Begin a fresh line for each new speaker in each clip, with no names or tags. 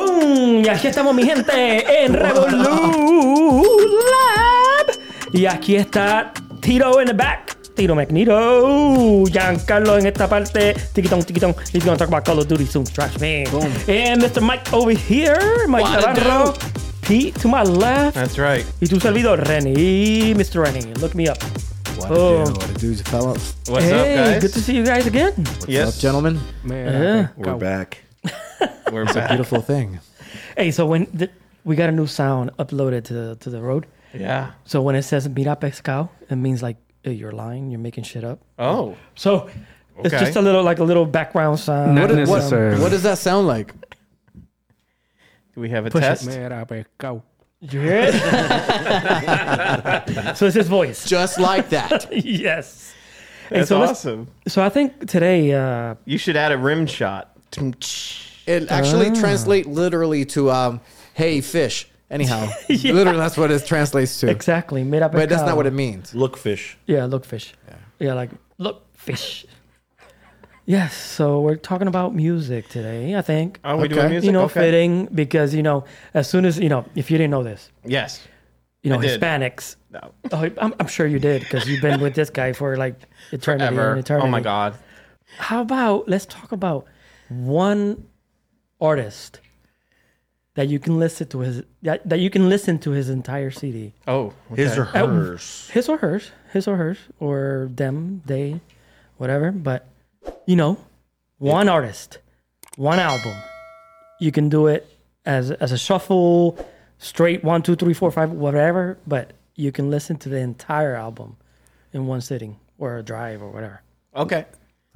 Y aquí estamos, mi gente, en Revolut Lab. Y aquí está Tiro in the back. Tiro Magneto, Giancarlo en esta parte, tiquitón, tiquitón, he's gonna talk about Call of Duty soon, trash man.
Boom.
And Mr. Mike over here, Mike
What a
Navarro,
dude.
Pete to my left,
That's right.
y tu servidor, Renny, Mr. Renny, look me up.
What
Oh.
a do, what a do, fellas.
What's
hey,
up, guys?
good to see you guys again.
What's
Yes.
yes,
Up, gentlemen?
Eh,
Yeah.
We're back.
we're
It's a
back.
beautiful thing.
Hey, so when the, we got a new sound uploaded to to the road,
Yeah.
so when it says "mira pescado," it means like eh, you're lying, you're making shit up.
Oh,
So it's
Okay.
just a little like a little background sound.
Not
What-
What,
necessarily.
what does that sound like?
do we have a
Push it,
test?
Mira,
pues,
pescado.
Yeah. so it's his voice.
Just like that.
Yes. Hey,
That's
so let's-
awesome.
So I think today, uh,
You should add a rim shot.
It actually translates literally to um, hey fish. Anyhow, literally that's what it translates to.
exactly, mira pescado.
But that's not what it means.
Look, fish.
Yeah, look fish. Yeah. like look fish. yes. So we're talking about music today. I think.
Oh, we doing
Okay.
music?
you know,
okay.
fitting because you know, as soon as you know, if you didn't know this,
Yes.
you know,
I did.
Hispanics.
No.
Oh, I'm, I'm sure you did because you've been with this guy for like eternity and
Ever.
eternity.
Oh my God.
How about let's talk about one artist that you can listen to his that, that you can listen to his entire CD,
Oh. okay.
His or hers.
his or hers, his or hers, or them, they, whatever. But you know, one artist, one album. You can do it as as a shuffle, straight one, two, three, four, five, whatever. But you can listen to the entire album in one sitting or a drive or whatever.
Okay.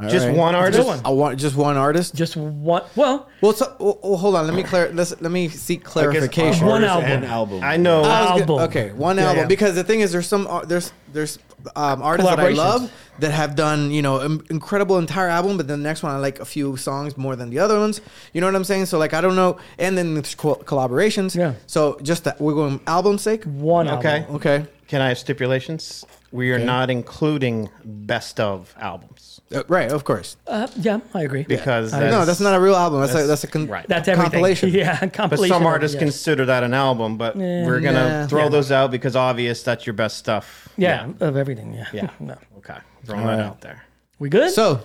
Just
right.
one artist.
one.
I want just one artist.
Just one. Well,
Well, so, well, well, hold on. Let me clar- let's, let me seek clarification.
One
Hers
album.
and album. Ah.
I know.
I was
album.
gonna- Okay, one
Yeah,
album.
yeah.
Because the thing is, there's some ar- there's there's um, artists that I
Collaborations.
love that have done you know im- incredible entire album, but then the next one I like a few songs more than the other ones. You know what I'm saying? So like I don't know. And then there's co- collaborations.
Yeah.
So just that we're going album sake.
one.
Okay.
Album.
Okay.
Can I have stipulations? We are not including best of albums
Uh, right. Of course.
Uh, yeah, I agree.
because
I-
that's,
no, that's not a real album. That's, a that's a con-
right.
That's everything.
compilation.
Yeah,
But
compilation.
some
of-
artists
yeah.
consider that an album, but we're gonna
Nah.
throw those out because obvious that's your best stuff.
Yeah, of everything. Yeah.
Yeah.
No.
Okay. Throwing that out there.
We good?
So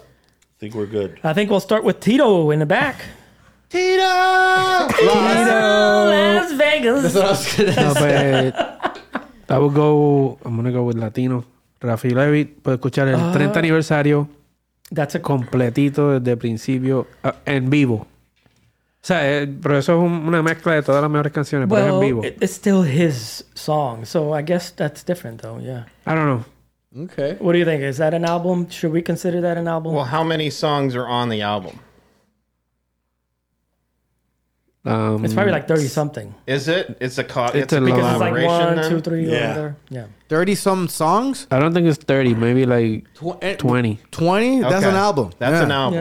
think we're good.
I think we'll start with Tito in the back.
Tito.
Las Vegas.
No, but I will go. I'm gonna go with Latino. Rafi Levy puede escuchar
Ah.
el 30 aniversario
That's a cool.
completito desde el principio ah, en vivo. O sea, eh, pero eso es un- una mezcla de todas las mejores canciones, pero es en
Well,
vivo.
it- it's still his song, so I guess that's different, though. Yeah.
I don't know.
Okay.
What do you think? Is that an album? Should we consider that an album?
Well, how many songs are on the album?
Um,
it's probably like thirty something.
Is it? It's a co-
It's
it's, a
a
Because it's like
collaboration.
one,
then?
two, three,
Yeah.
or whatever. Yeah.
Thirty some songs.
I don't think it's 30, maybe like 20.
Twenty. That's
Okay.
an album.
That's
Yeah.
an album.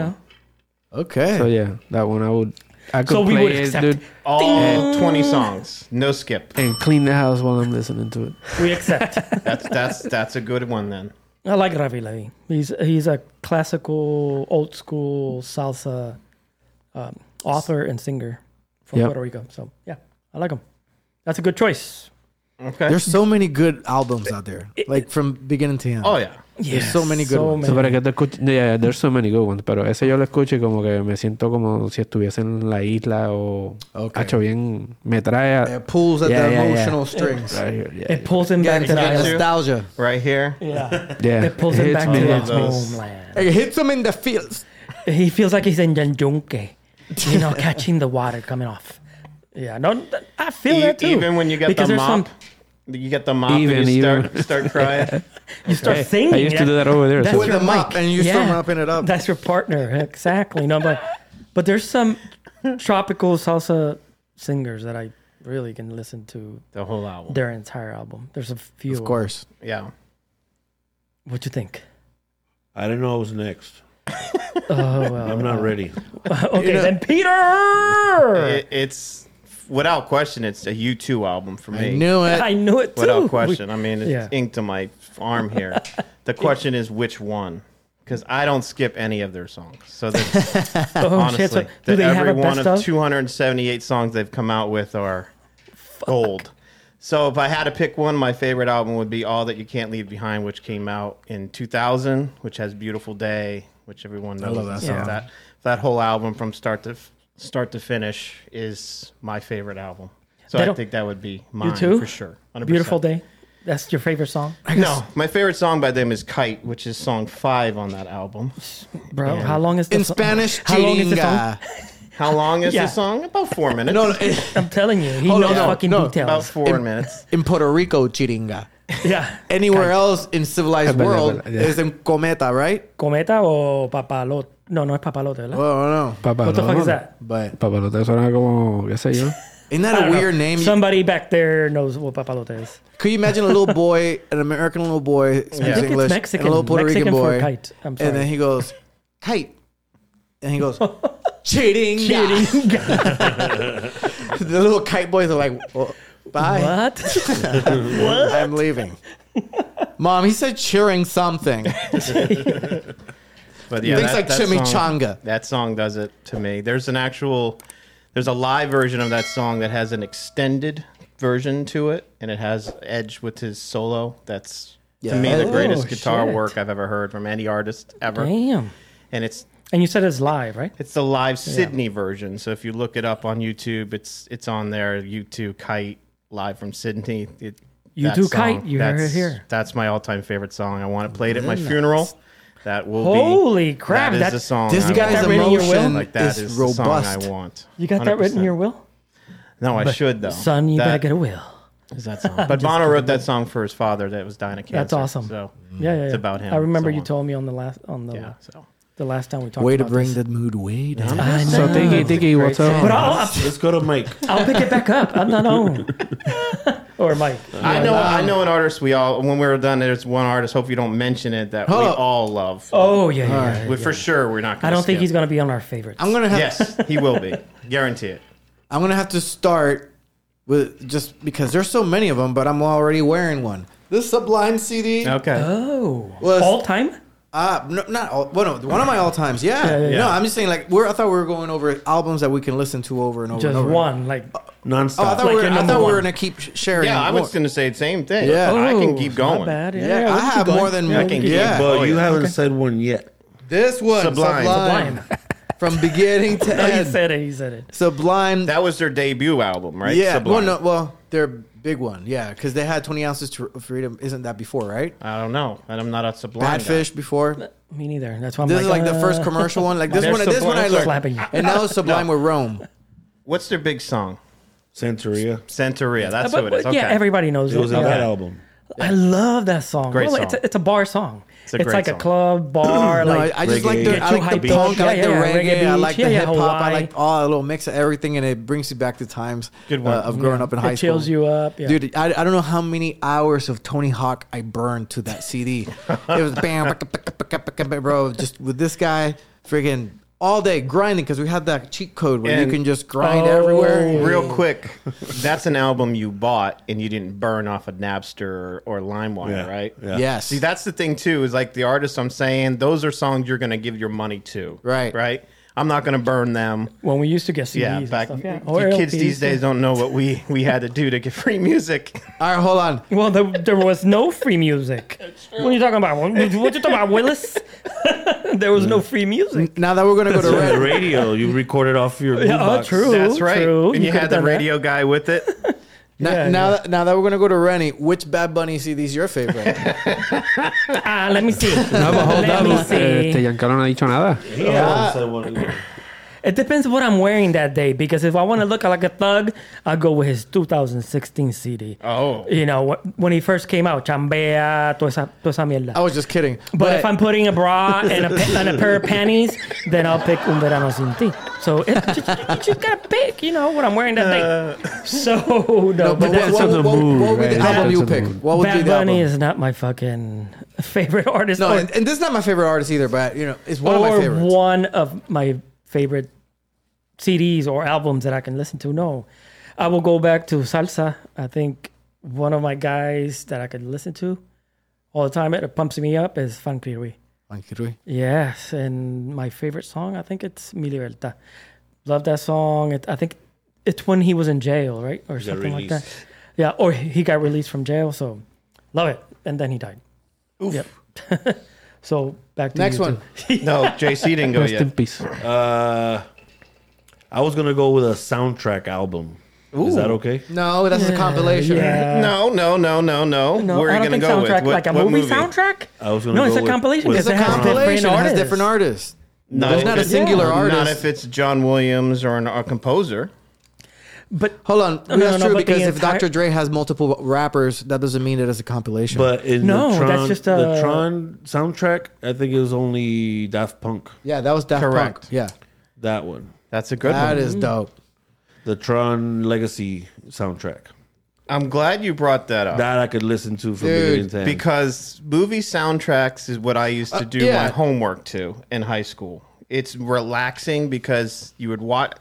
Yeah.
Okay.
So yeah, that one I would. I could
So we
play
would
it,
accept.
dude,
All 20 songs. No skip.
and clean the house while I'm listening to it.
We accept.
That's that's that's a good one then.
I like Ravi Levy. He's he's a classical, old school salsa um, author and singer from
Yep.
Puerto Rico. So yeah, I like him. That's a good choice.
Okay.
There's so many good albums out there, like from beginning to end.
oh yeah.
Yes,
so many good ones.
So, para que te escuche, yeah, there's so many good ones, pero ese yo lo escucho y como que me siento como si estuviese en la isla o
Ok.
hecho bien, me trae a,
It pulls at
Yeah,
the
yeah, yeah.
emotional strings.
right here, yeah,
It pulls him
Get
back
into
to
that
that.
you.
nostalgia.
Right here.
Yeah,
yeah.
it pulls him
hits
back
me.
to his
those.
homeland.
It hits them in the feels.
He feels like he's in Yanyunque, you know, catching the water coming off. Yeah, no, th- I feel
E-
that too.
even when you get
Because
the
there's some-
mop. You get the mop
Even,
and you
even.
start start crying.
you start singing.
I used to do that over there.
That's
so-
With
your
them up
mic.
and you start wrapping it up.
That's your partner, exactly. No, but but there's some tropical salsa singers that I really can listen to
the whole album.
their entire album. There's a few.
Of course.
Yeah.
What you think?
I didn't know I was next.
Oh well.
I'm not ready.
okay,
You know-
then Peter.
It, it's without question it's a U2 album for me.
I knew it.
I knew it too.
without question. I mean, it's
Yeah.
ink to my arm here. the question is which one? because I don't skip any of their songs. So that's,
Oh
honestly,
shit! So do
that
they have
every
a
one
best
of,
of?
278 songs they've come out with are gold. So if I had to pick one, my favorite album would be All That You Can't Leave Behind, which came out in 2000, which has Beautiful Day, which everyone knows.
love that
So
song.
That that whole album from start to f- start to finish is my favorite album. So
They
I
don't-
think that would be mine
too?
for sure. 100%.
Beautiful day. That's your favorite song,
No, my favorite song by them is Kite, which is song five on that album.
bro. How long is the
In
song?
Spanish,
How long is the song?
chiringa.
How long is
Yeah.
the song? About four minutes.
No, no, in,
I'm telling you, he
Hold
knows
on, no,
fucking
no.
about
details.
four minutes.
in Puerto Rico, chiringa.
yeah,
Anywhere else in civilized
I bet, I
world
bet, yeah.
is in cometa, right?
cometa o papalote. No, no es papalote, ¿verdad?
Well, I don't know.
Papalote.
What the fuck is that?
But
Papalote suena como, qué sé yo.
isn't
I
that a
don't know.
weird name?
Somebody back there knows what papalote is.
Could you imagine a little boy, an American little boy speaks
I think it's
English, and a
Mexican.
little Puerto
Mexican
Rican boy,
for kite. I'm sorry.
and then he goes kite, and he goes cheating.
Cheating.
the little kite boys are like, "Well, bye,
what?
I'm leaving. Mom, he said cheering something.
But yeah,
Things
that-
like
that song-
chimichanga.
that song does it to me. There's an actual, there's a live version of that song that has an extended version to it, and it has Edge with his solo. That's
Yeah.
to me the
Oh,
greatest guitar
shit.
work I've ever heard from any artist ever.
Damn.
And it's
And you said it's live, right?
It's the live Sydney version. So if you look it up on YouTube, it's it's on there. YouTube Kite live from Sydney. It,
You
that
do Kite, you heard it
that's-
here.
That's my all-time favorite song. I want it played at my funeral. That will
Holy
be
crap,
That is
that-
the song.
This
I
guy's
want.
that written in your
emotion
will?
like that
is
is the song
robust.
I want.
You got that written in your
100%.
will,
No, I should though.
son. You
that,
better get a will.
is that song. But Bono wrote that song for his father that was dying of cancer.
That's awesome.
So
Yeah, yeah, yeah.
It's about him.
I remember you
Someone-
told me on the last on the
yeah, so
the last time we talked.
Way to
about
bring
this.
the mood way down.
I know.
So, Diggy, Diggy, what's
but
up?
I'll, I'll,
Let's go to Mike.
I'll pick it back up. I'm not on. or Mike.
I know, I know an artist we all, when we were done, there's one artist, hope you don't mention it, that we
Hold up.
all love.
Oh yeah, yeah. yeah,
But for sure, we're not.
I
Gonna
don't think
skip.
he's gonna be on our favorites.
I'm gonna have
Yes, he will be. Guarantee it.
I'm gonna have to start with just because there's so many of them, but I'm already wearing one. This Sublime CD.
Okay.
oh,
Was-
all time.
Uh, no, not all, well, no, one of my all times. Yeah.
Yeah, yeah, yeah.
No, I'm just saying like we're, I thought we were going over albums that we can listen to over and over.
Just
and over.
one, like
Nonstop.
Oh, I thought,
Like
we, were,
your
I
number
thought we were
one.
gonna keep sh- sharing.
yeah, I
more.
was going to say the same thing.
Yeah.
I can
Oh,
keep
my
going.
bad. Yeah,
Yeah,
yeah,
I
we'll keep
have
going.
more than
Yeah, I can keep
yeah.
But
Oh,
you
yeah.
haven't said one yet.
This one,
Sublime.
Sublime, from beginning to
No, he
end.
Oh, said it. He said it.
Sublime.
That was their debut album, right?
yeah.
Sublime.
Well, no, well, their big one. Yeah, because they had 20 ounces to of freedom. Isn't that before, right?
I don't know. And I'm not a Sublime. guy.
Badfish before.
Me neither. That's why I'm
This is
like,
like the
uh,
first commercial one. Like this
They're
one. This one I
Sublime.
learned.
Slapping you.
And now it's Sublime with Rome.
What's their big song?
Santeria.
Santeria. That's
But-
who it is.
but
Okay.
Yeah, everybody knows
It was
it.
on that
Yeah.
album.
I love that song.
Great
Well,
song.
It's, a, it's a bar song. It's,
a great
like a
song.
club bar.
No,
like,
I, I just like
reggae.
the,
Get
I
you
like the
hyped up.
punk, I like
Yeah,
the
yeah,
reggae,
reggae
I
beach.
like the
Yeah, yeah,
hip hop, I
Hawaii.
like all a little mix of everything, and it brings you back to times
Good one.
uh, of growing up in high
it chills
school.
you up. Yeah.
Dude, I, I don't know how many hours of Tony Hawk I burned to that CD. it was bam, baka, baka, baka, baka, baka, bro, just with this guy, friggin' all day grinding because we had that cheat code where
And-
you can just grind
Oh.
everywhere.
Real quick, that's an album you bought and you didn't burn off of Napster or, or LimeWire,
Yeah.
right?
Yeah.
Yes.
See, that's the thing too. Is like the artists I'm saying, those are songs you're going to give your money to,
Right.
Right. I'm not going to burn them.
when we used to get CDs.
Yeah,
and
back
stuff, yeah.
you
Or
kids
LPs,
these
yeah.
days don't know what we we had to do to get free music.
all right, hold on.
Well, there, there was no free music. What are you talking about? What, what you talking about, Willis? there was no free music.
Now that we're going to go to
On the
Red.
radio, you recorded off your boombox.
Yeah, oh, true.
That's right.
True.
And you,
could've
had the
done that.
radio guy with it.
Now,
Yeah,
now, That, now that we're gonna go to Rennie, which Bad Bunny CD is your favorite?
Ah, let me see.
No, but hold
let me
up.
Uh,
Este
see.
Giancarlo no ha dicho nada.
Yeah. I haven't said one either.
It depends what I'm wearing that day because if I want to look like a thug, I'll go with his 2016 CD.
Oh.
You know, wh- when he first came out, Chambea, toda esa, toda esa mierda.
I was just kidding.
But, if I'm putting a bra and a, pa- and a pair of panties, then I'll pick Un Verano Sin Ti. So it, you, you just gotta pick, you know, what I'm wearing that day. So, no,
Uh, No,
but
but what,
that's,
that's
what,
on the
what-
mood,
what would
right?
the
That's
album
on
you
the
pick?
mood.
What would be
Bad
the album?
Bunny is not my fucking favorite artist. Oh,
no,
or,
and, and this is not my favorite artist either, but you know, it's one of my
or
favorites.
one of my favorite CDs or albums that I can listen to. No, I will go back to Salsa. I think one of my guys that I could listen to all the time, it pumps me up, is Fan Creary.
Frankie Ruiz.
Yes, and my favorite song, I think it's Mi Libertad. Love that song. It, I think it's when he was in jail, right, or
got
something like that.
released.
Yeah, or he he got released from jail. So, love it. And then he died. Oof. Yep. so back to
Next
you two.
one.
No, JC didn't go
Rest in
yet.
peace.
Uh, I was gonna go with a soundtrack album. Is that okay?
No, that's a compilation.
Yeah.
No, no, no, no, no.
uh, No,
Where are
I
you
don't
gonna
think
go
soundtrack
with What-
like a
what
movie, soundtrack.
I was gonna
No, it's
go
a
with-
compilation
with-
because
It's a
it has
compilation.
different
It has
artists.
different artists.
Not,
There's
if
not a
it's-
singular
Not
artist.
if it's John Williams or an, a composer.
But
Hold on.
No, no,
that's
no,
true
but the
because if
entire-
Dr. Dre has multiple rappers, that doesn't mean it is a compilation.
But in
No,
the
that's
Tron,
just a-
the Tron soundtrack. I think it was only Daft Punk
yeah, that was Daft
Correct.
Punk. Yeah.
that one.
That's a good
that
one.
Mm-hmm.
is dope.
The Tron Legacy soundtrack
I'm glad you brought that up.
that I could listen to from
Dude,
beginning to end.
because movie soundtracks is what I used to do
Uh, yeah.
my homework to in high school. It's relaxing because you would watch.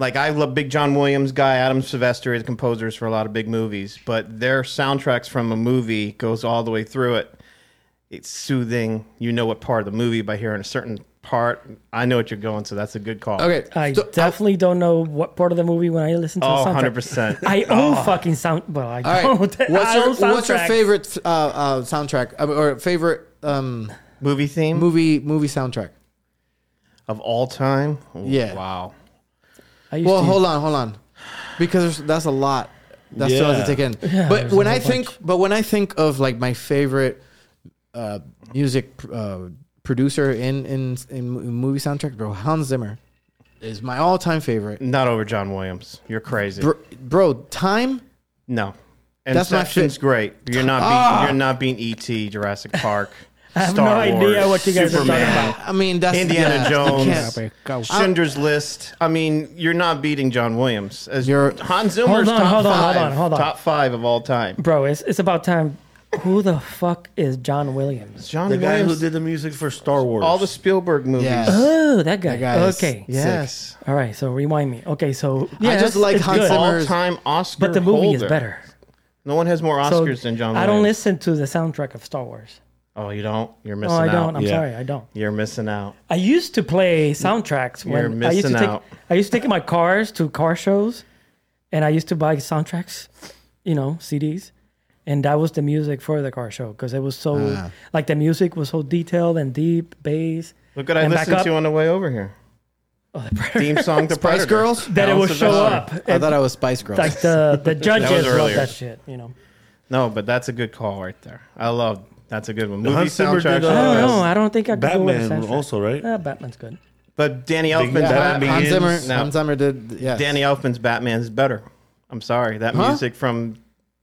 Like I love Big John Williams guy, Adam Sylvester is composers for a lot of big movies, but their soundtracks from a movie goes all the way through it. It's soothing. You know what part of the movie by hearing a certain part. I know what you're going, so that's a good call.
Okay.
I
so- uh,
definitely don't know what part of the movie when I listen to
Oh,
the soundtrack.
100%.
I own fucking sound. Well, I
all
don't.
right. What's
I
your,
own
what's your
soundtracks.
favorite uh, uh, soundtrack uh, or favorite um,
Movie theme
movie movie soundtrack?
of all time. Oh,
Yeah.
Wow.
I used
Well,
to-
hold on, hold on, because there's, that's a lot. That's still has to
Yeah.
take in.
Yeah,
but
there's a
when
whole
I think, but when I think of like my favorite uh, music uh, producer in in in movie soundtrack, bro, Hans Zimmer is my all time favorite.
Not over John Williams. You're crazy.
Bro, bro time.
No.
That's my
Inception's
fi-
great. You're not being, you're not being E.T., Jurassic Park,
I have
Star
no
Wars,
idea what you guys are talking about.
I mean, that's
Indiana
yeah, you
Jones.
can't-
Schindler's List. I mean, you're not beating John Williams. As
You're-
Hans Zimmer's
Hold on,
top
hold on, hold
five,
on, hold on.
top five of all time.
Bro, it's, it's about time. Who the fuck is John Williams?
John
the guy who
Williams.
did the music for Star Wars.
all the Spielberg movies.
Yeah.
Oh, that guy.
That guy is
okay.
sick.
Yes.
All right. So rewind me. Okay. So
I just like
it's
Hans
good,
Zimmer.
All time Oscar.
but the movie is
holder.
better.
No one has more
So
Oscars than John.
I don't
Williams.
listen to the soundtrack of Star Wars.
Oh, you don't. You're
No,
missing
I
out.
don't. I'm
Yeah.
sorry. I don't.
You're missing out.
I used to play soundtracks when
You're
I used to take
missing out.
I used to take my cars to car shows, and I used to buy soundtracks, you know, CDs, and that was the music for the car show because it was so like the music was so detailed and deep bass.
Look what I
And back
listened
up.
to on the way over here.
Oh, the Predator.
Theme song to
Spice
Predator.
Girls?
That it
Balance
will
of
show
Valor.
up.
I
And,
thought I was Spice Girls.
like the the judges love
earlier.
that shit, you know.
No, but that's a good call right there. I love that's a good one. Movie
Hans Zimmer
soundtrack.
did, uh,
I don't
Oh,
know. I don't think I could go
Batman
with soundtrack.
also, right?
Ah, Batman's good.
but Danny Elfman's
Big
yeah,
Batman
Batman.
Hans Zimmer.
Begins.
No.
Hans Zimmer did. Yeah.
Danny Elfman's Batman is better. I'm sorry, that
Huh?
music from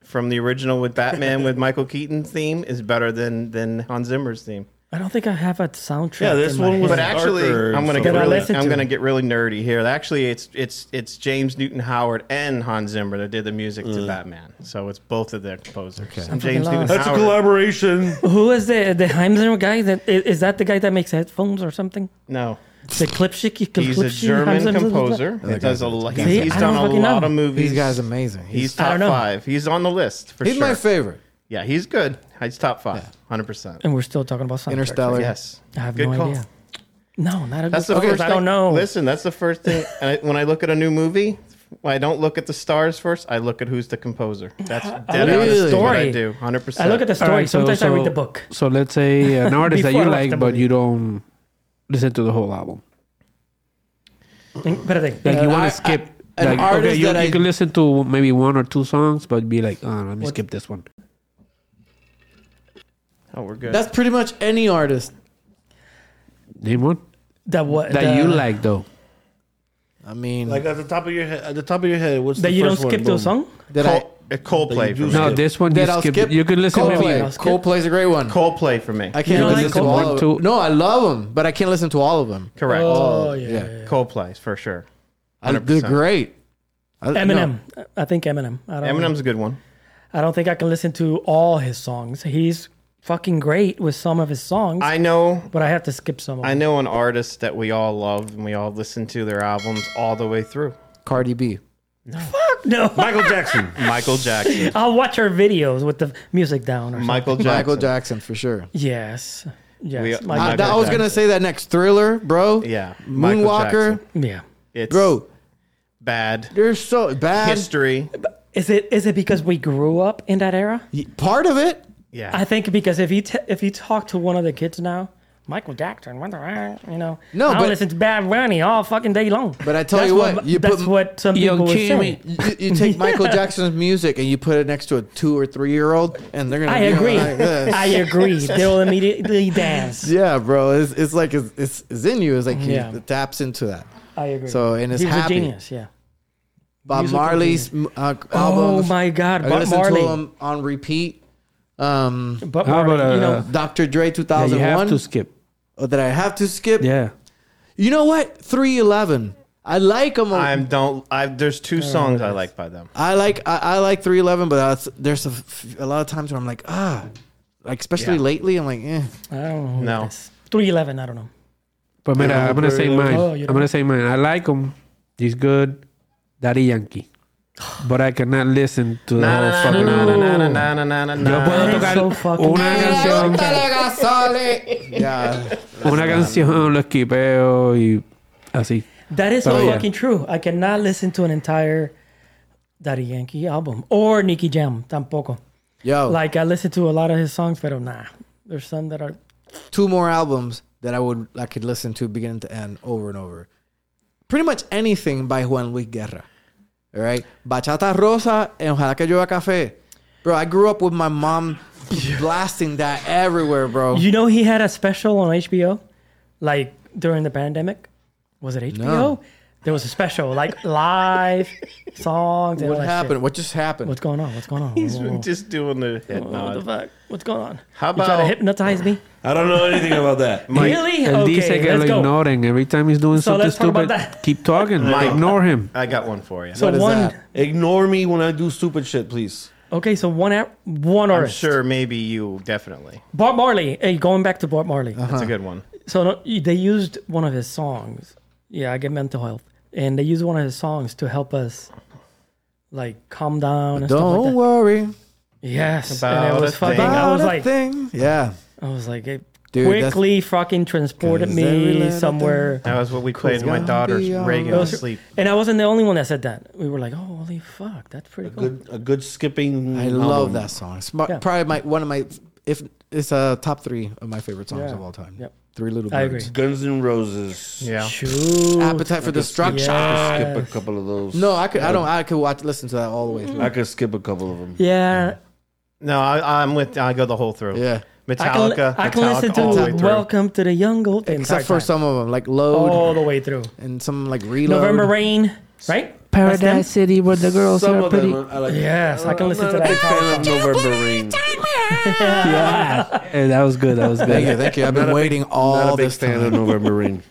from the original with Batman with Michael Keaton's theme is better than than Hans Zimmer's theme.
I don't think I have a soundtrack.
Yeah, this
in my
one was-
head.
But actually,
Arthur
I'm gonna
and
get
stuff.
really,
That I listen
I'm
to.
gonna get really nerdy here. Actually, it's it's it's James Newton Howard and Hans Zimmer that did the music to Batman. So it's both of their composers. And James
fucking
Newton
lost.
That's a
Howard.
collaboration.
Who is the the Heimzimmer guy? That i- is that the guy that makes headphones or something?
No,
The Klipschik.
he's a
Klipschik
German
Heimzimmer-
composer. He does a, lo- he's,
See,
he's
I
done
don't
a
fucking
lot
know.
of movies.
These guys amazing.
He's
I
top
don't know.
five. He's on the list for
He's
sure.
my favorite.
yeah, he's good. He's top five, hundred percent.
And we're still talking about soundtracks.
Interstellar.
Yes,
I have
Good
no
call.
idea. No, not a
That's
good
the
okay,
first.
I
thing-
don't know.
Listen, that's the first thing. and I, when I look at a new movie, I don't look at the stars first. I look at who's the composer. That's dead
look
on
at
the
the
story.
story.
I do hundred percent.
I look at the story.
Alright, so-
Sometimes I
so-
read the book.
So let's say uh, an artist that
Before
you
I left the
like, but
movie.
you don't listen to the whole album.
But I think
Like you
Uh,
want
I-
to skip.
I- an
like,
artist
okay, you,
that
you
I-
can listen to maybe one or two songs, but be like, oh, let me
What-
skip this one.
Oh, we're good.
That's pretty much any artist.
Name one
that what
that
the-
you like though.
I mean,
Like uh, at the top of your head, at the top of your head, what's
that
the
you don't
first
skip to
one?
a
Boom.
song.
that I
Col- uh, Coldplay
That
for
you
me.
do
No, this one you
that I'll
skip.
skip.
You can listen
Coldplay.
maybe.
skip.
Coldplay's a great one.
Coldplay for me.
I can't
don't
even
like
listen to
Coldplay?
all of
Too-
them. No, I love them, but I can't listen to all of them.
Correct.
Oh yeah.
yeah.
yeah, yeah.
Coldplay for sure.
I, they're
100%.
great. I- no.
Eminem. I think Eminem. I don't
Eminem's a good one.
I don't think I can listen to all his songs. He's fucking great with some of his songs,
I know
but I have to skip some of
I
them.
know an artist that we all love and we all listen to their albums all the way through.
Cardi B.
No,
Michael Jackson.
Michael Jackson.
I'll watch her videos with the music down. Or something.
Michael Jackson.
Michael Jackson for sure.
Yes. Yes,
We-
Michael
I,
Michael
that- I was
Jackson.
gonna say that next thriller, bro.
Yeah, Michael
Moonwalker,
Jackson.
yeah.
It's
bro.
bad
They're so bad.
history.
Is it is it because we grew up in that era?
Part of it,
Yeah,
I think because if you t- if you talk to one of the kids now, Michael Jackson, what the you know,
No,
I
but-
listen to Bad Bunny all fucking day long.
but I tell
that's
you what, you
that's
put
what some
Young
people were
Jimmy.
saying.
you, you take Michael Jackson's music and you put it next to a two or three year old, and they're gonna.
I
be
agree.
Like this.
I agree. They'll immediately dance.
yeah, bro. It's, it's like it's, it's, it's in you. It's like he
Yeah.
taps into that.
I agree.
So, and it's
He's
happy.
a genius. Yeah.
Bob
Musical
Marley's uh,
Oh
albums.
my God,
I
Bob
listen to
Marley.
him on repeat. Um,
But
How
Marley,
about,
you
uh,
know,
Dr. Dre
Yeah, you
2001.
have to skip.
oh, that I have to skip.
Yeah.
You know what? 311. I like them. i
I'm don't. I there's
Oh,
two songs I like by them.
like I, I like 311, but that's, there's a, f- a lot of times where I'm like ah, like especially
Yeah.
lately I'm like eh.
I don't know. Who
No.
no. Three eleven. I don't know.
But mira, I'm gonna say mine.
Oh, you
I'm
don't-
gonna say mine. I like him. He's good. Daddy Yankee. But I cannot listen to the
Na
whole
na na
fucking
na
album.
na na na na na
Yo
na.
puedo
That is
tocar
so fucking-
una canción,
yeah.
una canción, lo esquipeo y así.
That is
Oh, yeah.
fucking true. I cannot listen to an entire Daddy Yankee album or Nicky Jam. Tampoco.
Yo, like
Like I listen to a lot of his songs, but nah, there's some that are
two more albums that I would I could listen to beginning to end over and over. Pretty much anything by Juan Luis Guerra. All right, Bachata Rosa and Ojalá que llueva café. Bro, I grew up with my mom blasting that everywhere, bro.
You know, he had a special on HBO, like during the pandemic. Was it HBO?
No.
There was a special, like live songs. and all
What
that shit.
happened? What just happened?
What's going on? What's going on?
He's
Whoa, whoa, whoa.
just doing the head
what Oh, the
nod.
fuck? What's going on?
How
you trying to
about-
hypnotize me?
I don't know anything about that.
really?
Él dice
Okay,
que
let's
lo
go.
ignoren. Every time he's doing
So
something
let's talk about
stupid,
that.
keep talking. Ignore him.
I got one for you.
So
What is
one,
that?
Ignore me when I do stupid shit, please.
okay, so one, ar- one
I'm
artist.
sure maybe you definitely.
Bob Marley. Hey, going back to Bob Marley.
That's
Uh-huh.
a good one.
So no, they used one of his songs. Yeah, I get mental health, and they used one of his songs to help us, like calm down and stuff like
Don't
that.
worry
Yes, and
About
it was
a
fucking.
thing.
I
about
was
a
like,
thing. Yeah.
I was like, it
Dude, that's-
quickly fucking transported
'Cause every
me
little
somewhere.
That was what we played in my
Gonna
daughter's
be all
regular
right.
sleep.
And I wasn't the only one that said that. We were like, oh, holy fuck, that's pretty cool.
Good, a good skipping.
I love that song. It's my,
Yeah.
probably my one of my if it's a top three of my favorite songs
Yeah.
of all time.
Yep.
Three little birds.
I agree.
Guns N' Roses.
Yeah.
Shoot.
Appetite for Destruction.
I
Yes.
could skip a couple of those.
No, I could. I don't. I could watch, listen to that all the way through.
I could skip a couple of them.
Yeah.
No, I, I'm with. I go the whole through.
Yeah,
I can,
Metallica.
I can
Metallica
listen
all the way
to
through.
Welcome to the Young Old the entire
except for
time.
some of them, like Load
all the way through.
and some like Reload.
November Rain, right? That's them?
Paradise City, where the girls
Some
are
of
pretty.
them I like.
Yes, I can
I'm
listen
not
to
a
that
big
entire
fan of November Rain.
Ah,
Yeah. Hey, that was good. That was
Thank you,
good.
thank you. I've been waiting
Not
all
a big
this
fan
time.
of November Rain.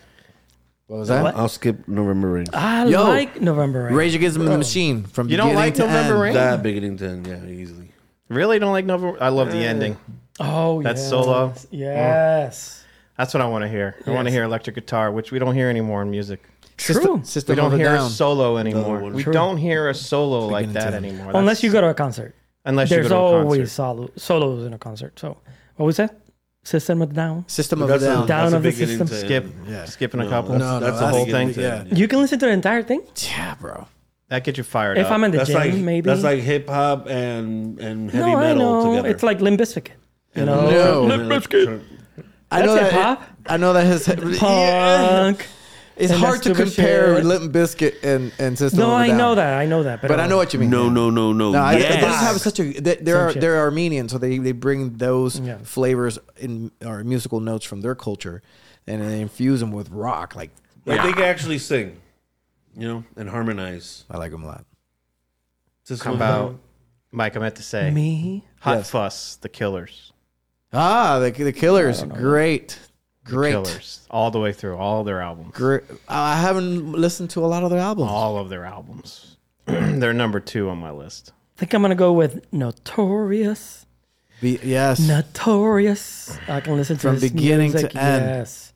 What was that?
What?
I'll skip November Rain.
I
Yo.
like November Rain.
Rage Against the Machine from
You don't
beginning
like
to
November
end.
Rain?
That beginning ten, yeah, easily.
Really don't like Nova. I love the
Uh,
ending.
oh,
That's
yes.
solo.
Yes.
That's what I want to hear. I want to
Yes.
hear electric guitar, which we don't hear anymore in music.
True.
System, system
we
of
don't
a
hear a
Down.
solo anymore.
one.
We don't hear a solo like that anymore.
Oh.
Unless you
That's-
go to a concert.
unless you go
There's
to a
always
concert.
solo, solos in a concert. So, what was that? System of a Down.
System of a Down.
Down
a
of the
beginning
system.
to end.
Skip,
Yeah.
skipping a
No,
couple.
no,
that's the
that's
whole
the
thing.
beginning, yeah.
You can listen to the entire thing
Yeah, bro.
That gets you fired
if
up.
I'm in the
That's
gym,
like
maybe.
that's like hip hop and and heavy
no, I
metal
know.
together.
It's like Limp Bizkit. You know,
No.
And electronic-
I know
That's
that.
hip-hop?
I know that his Yeah.
punk.
It's
And
hard
that's
to
stupid
compare
shit.
Limp Bizkit and and System
No,
of a
I
Down.
know that. I know that. But, uh,
But I know what you mean.
No, no, no, no.
No, I,
yes.
it doesn't have such a. They, they're
shit.
they're Armenian, so they, they bring those
Yeah.
flavors in or musical notes from their culture, and they infuse them with rock. Like
Like they can actually sing, you know, and harmonize.
I like them a lot.
Just
How about Mike? I meant to say
me.
Hot
Yes.
Fuss, The Killers,
Ah, the the Killers, great, great,
Killers, all the way through all their albums,
great. Oh, I haven't listened to a lot of their albums.
all of their albums. They're number two on my list.
I think I'm gonna go with Notorious.
Be- yes,
Notorious. I can listen to
From
his
beginning to
music.
end.
Yes.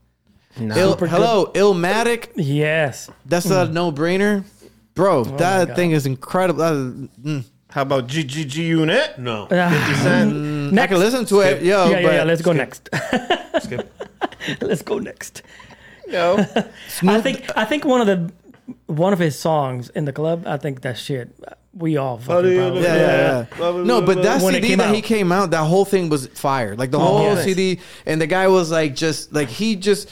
Ill, hello, Illmatic.
Yes.
That's a
Hmm.
no brainer,
Oh
bro. that thing is incredible. That is- mm.
How about GGG Unit?
No.
Ah,
Is that-
I can listen to it, yo.
yeah, yeah,
but
yeah. Let's go next.
Skip.
Let's go next.
No.
I think I think one of the one of his songs in the club. I think that shit. We all fucking probably.
Yeah, yeah, yeah.
Yeah.
No, but that
When it
CD
came
that he
out. Oh,
came out, that whole thing was fire. Like the whole
yeah.
CD, and the guy was like, just like he just,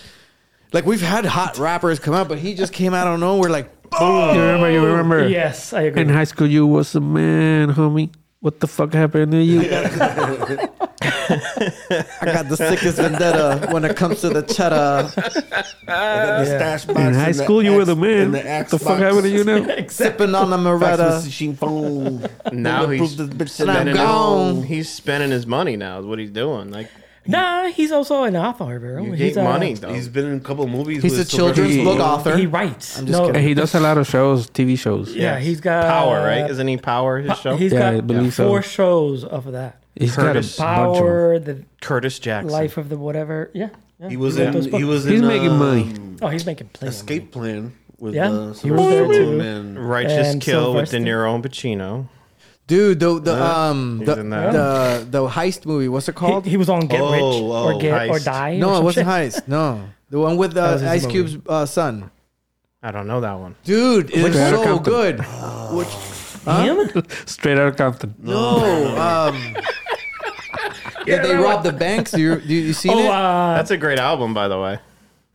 like we've had hot rappers come out, but he just came out of nowhere. Like,
You remember? You remember?
Yes, I agree.
In high school, you was a man, homie. What the fuck happened to you?
I got the sickest vendetta when it comes to the cheddar.
The stash box
In high
and
school, you were the
X-
man.
and
What
Xbox.
the fuck happened to you now?
sipping on a
Fax
Moretta.
machine phone.
Now
They
he's
approved this bitch
And I'm
today.
spending his-
gone.
he's spending his money now. Is what he's doing. Like
Nah, he's also an author, bro.
you
he's uh,
get
a-
money though.
He's been in a couple movies.
He's a
with
children's
celebrities.
book author.
He writes.
I'm just
no,
And he does a lot of shows, TV shows.
yeah, he's got uh,
power, right? Isn't he power? His show.
He's
Yeah, I
got
believe so.
four shows of that.
He's
Curtis.
got a bunch of 'em.
Power, the
Curtis Jackson.
life of the whatever. Yeah, yeah.
He was
wrote those
in.
books.
He was in.
He's making
um,
money.
Oh, he's making plenty. of money.
Escape plan with
Yeah,
uh,
he was there
Sylvester
too.
Stallone and-
Righteous
And
Kill with De
Sylvester.
Niro and Pacino.
Dude, the the um
he's
the,
in that.
the the heist movie. What's it called?
He, he was on Get
Oh,
Rich
oh,
or Get or
Heist.
Die. or
no, it
some
wasn't
shit.
heist. No, the one with uh,
was his
Ice
movie.
Cube's uh, son.
I don't know that one.
Dude, it's
Straight
so
Outta Compton.
good.
Him?
Straight out of Compton.
uh,
No, um, yeah, they robbed the banks. You you, you seen
Oh,
it?
uh,
That's a great album, by the way.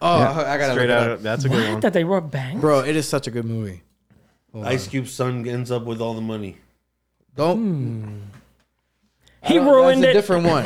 oh, I gotta
Straight
look it
out.
up.
of- That's a good one.
that they robbed banks.
bro. It is such a good movie.
Ice Cube's son ends up with all the money.
Don't
Hmm. he
don't-
ruined
that's
it.
A different one.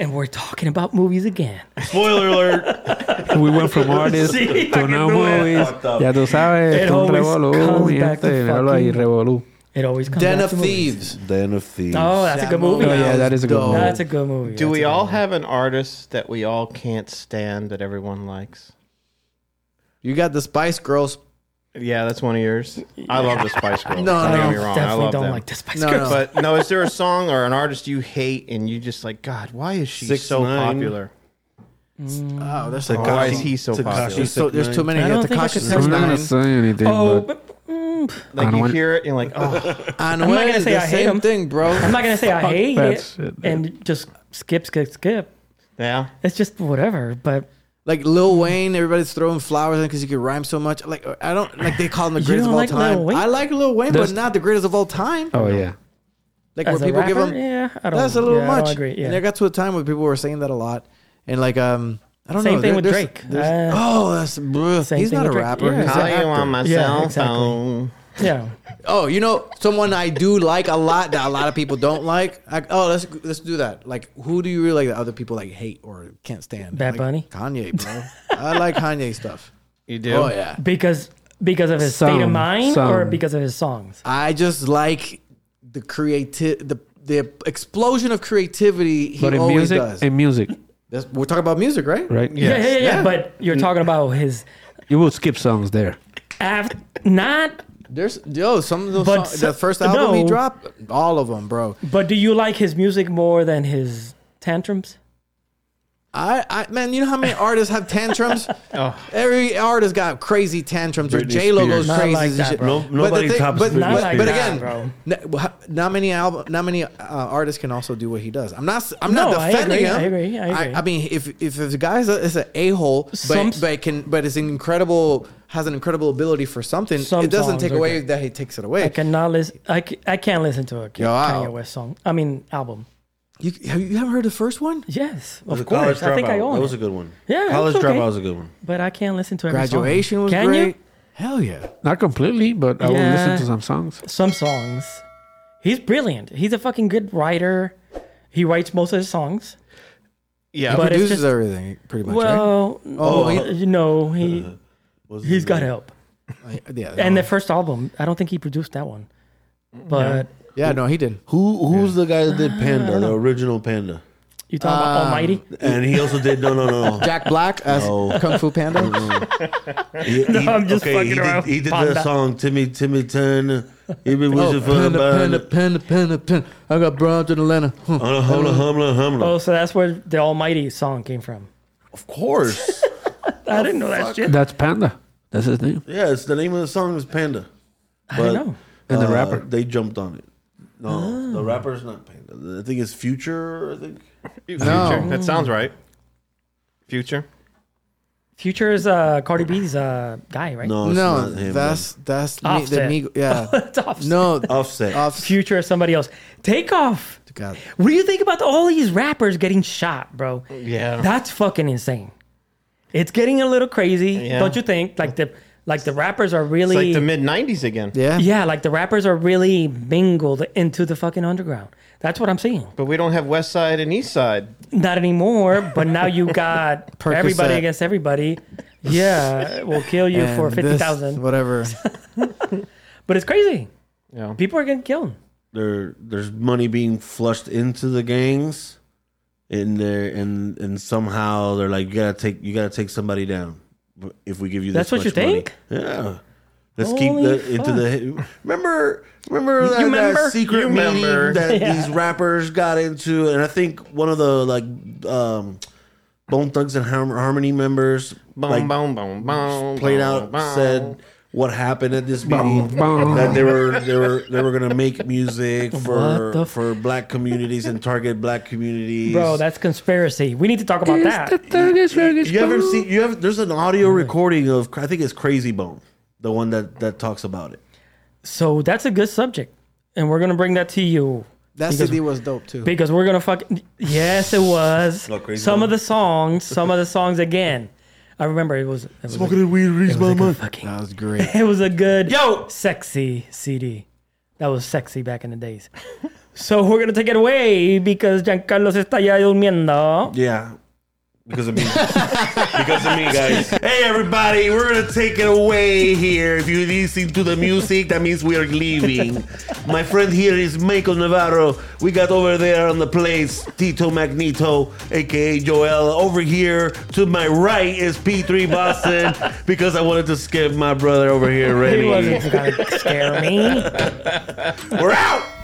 and we're talking about movies again.
Spoiler alert!
We went from artists to now movies.
Fucked up.
Ya tú sabes,
It
esto es un
always
revolú,
comes
mi
back to
gente. Míralo ahí,
fucking-
revolú.
It always comes
Den
back
of
to movies.
Thieves.
Den of Thieves.
Oh, that's a good movie.
movie
Oh, yeah,
was
that is a good
dope.
movie.
That's a good movie.
Do
That's
we
a good
all
movie.
have an artist that we all can't stand that everyone likes?
You got the Spice Girls.
Yeah, that's one of yours. I love the Spice Girls.
No,
don't
no,
get
I
me wrong. I
definitely
love
don't
them.
like this Spice
No,
Girls.
no.
But no, is there a song or an artist you hate and you just like? God, why is she
6ix9ine.
so popular?
Oh, there's
Takashi-
Why is he so
Takashi
popular?
So there's too many.
Mm. I
You got
don't think I
Tekashi
could tell you
I'm not gonna
69.
say anything,
Oh,
but
but, mm,
I
Like
don't
you
want-
heir it, you're like, oh,
Anuel
gonna
is
say
the
I hate
same
him.
thing, bro.
I'm not gonna say I hate
that
it
shit, dude.
and just skip, skip, skip.
yeah.
It's just whatever. But
Like Lil Wayne, everybody's throwing flowers in because he could rhyme so much. Like I don't like they call him the
You
greatest
don't
of all
like Lil
time.
Wayne?
I like Lil Wayne,
There's-
but not the greatest of all time.
oh yeah.
Like
as
where people
a
give
rapper,
him
yeah, I don't.
that's a little
yeah, I
much.
don't agree.
And I
Yeah.
got to a time where people were saying that a lot, and like um, I don't
Same
know.
thing with
there's-
Drake.
there's-
Uh,
oh, that's bruh,
same
he's
thing
not a
with Drake.
rapper.
Yeah.
he's an
Call you
actor.
on my
Yeah,
cell
exactly.
phone.
yeah.
Oh, you know someone I do like a lot that a lot of people don't like. Like, oh, let's let's do that. Like, who do you really like that other people like hate or can't stand?
Bad
Like,
Bunny?
Kanye, bro. I like Kanye stuff.
You do?
Oh yeah.
Because because of his state of
Some-
mind or
some.
because of his songs.
I just like the creative the the explosion of creativity he
But in
always
music,
does.
in music,
That's, we're talking about music, right?
right?
Yeah, yeah, yeah, yeah.
Yeah.
But you're talking about his
You will skip songs there.
af- not.
There's yo some of those
But
songs,
so-
the first album he
no.
dropped, all of them, bro.
But do you like his music more than his tantrums?
I, I man, you know how many artists have tantrums? Every artist got crazy tantrums, or
Oh. Britney
J Lo
Spears.
goes
Not
crazy.
like
and
that,
shit.
bro. No-
But the
nobody
thing-
tops
But, but,
Britney
Not like
but
that,
again,
bro.
n- wha- not many album, not many uh, artists can also do what he does. I'm not, I'm
No,
not
I
defending
agree,
him.
I agree, I agree.
I, mean, if if the guy is a, is an a hole,
Some
but
s-
but can but is an incredible has an incredible ability for something,
Some
it doesn't
songs
take
are
away
good.
that he takes
I
it away.
cannot listen. I, c- I can't listen to a K-
Yo, I-
Kanye West song. I mean album.
You have you haven't heard the first one?
Yes,
The
of
College
course. I think I
Dropout.
own
That was a
it.
good one.
Yeah, it
College
was okay.
Dropout was a good one.
but I can't listen to every song.
Graduation was
Can
great.
You?
Hell yeah.
Not completely, but I will listen
Yeah.
to some songs.
Some songs. He's brilliant. He's a fucking good writer. He writes most of his songs.
Yeah.
But- it's
Produces
just-
everything pretty much. right?
Well, no,
Oh,
you know,
Uh,
he
Was
he's got help.
Like, yeah,
And
no.
the first album, I don't think he produced that one. But
Oh. yeah, no, he did.
Who who's the guy that did Panda, the original Panda?
you talking
Um,
about Almighty?
And he also did no no no.
Jack Black as
No.
Kung Fu Panda.
He, he-
I'm just fucking
he
around.
Did, he did
Panda. Oh,
that song Timmy Timmy Turner. He been wishing for a
Panda, panda,
band.
panda, panda, panda. I got bronze in Atlanta. Huh.
Humla humla humla.
Oh, so that's where the Almighty song came from.
Of course.
Oh,
I didn't know that shit.
That's Panda. That's his name.
Yeah, it's the name of the song is Panda.
I didn't know.
And the
uh,
rapper.
They jumped on it. No, the rapper's not Pain. The thing is Future. I think
Future.
No.
That sounds right. Future.
Future is uh, Cardi B's uh, guy, right?
no, it's
No,
not him,
that's that's me, the
Offset.
Migo. Yeah.
it's off.
no,
man. Offset.
off.
Future is somebody else. Take off.
God.
What do you think about all these rappers getting shot, bro?
Yeah.
That's fucking insane. It's getting a little crazy,
Yeah.
don't you think? Like the like the rappers are
It's
really
like the mid '90s again.
Yeah.
yeah, like the rappers are really mingled into the fucking underground. That's what I'm seeing.
But we don't have West Side and East Side.
Not anymore, but now you got
Percocet.
everybody against everybody. Yeah, we'll kill you for
And this,
fifty thousand.
Whatever.
But it's crazy.
Yeah.
People are getting killed.
there there's money being flushed into the gangs and there and and somehow they're like you gotta take you gotta take somebody down if we give you this
That's what you
much money."
think?
yeah let's
Holy
keep that into the remember remember that,
remember?
that secret
You
meeting
remember.
that
Yeah.
these rappers got into and i think one of the like um bone thugs and Har- harmony members
Boom,
like,
boom, boom, boom.
played
boom,
out
boom.
said what happened at this meeting
bum.
that they were they were they were gonna make music
What
for
the f-
for black communities and target black communities.
Bro, that's conspiracy. We need to talk about that.
you ever see you have there's an audio recording of I think it's Crazy Bone, the one that that talks about it.
So that's a good subject. And we're gonna bring that to you.
That
Because-
CD was dope too.
Because we're gonna fuck. Yes, it was.
Not crazy,
some
though.
of the songs, some of the songs again. I remember it was. It was, a, it
weed reach
was a good fucking.
That was great.
It was a good
Yo!
sexy CD. That was sexy back in the days. so we're gonna take it away because Giancarlo se está ya durmiendo.
Yeah. Because of me. because of me, guys. Hey, everybody, we're going to take it away here. If you listen to the music, that means we are leaving. My friend here is Michael Navarro. We got over there on the place Tito Magneto, aka Joel. Over here to my right is P3 Boston because I wanted to skip my brother over here,
He
Rennie.
wasn't gonna scare me.
We're out!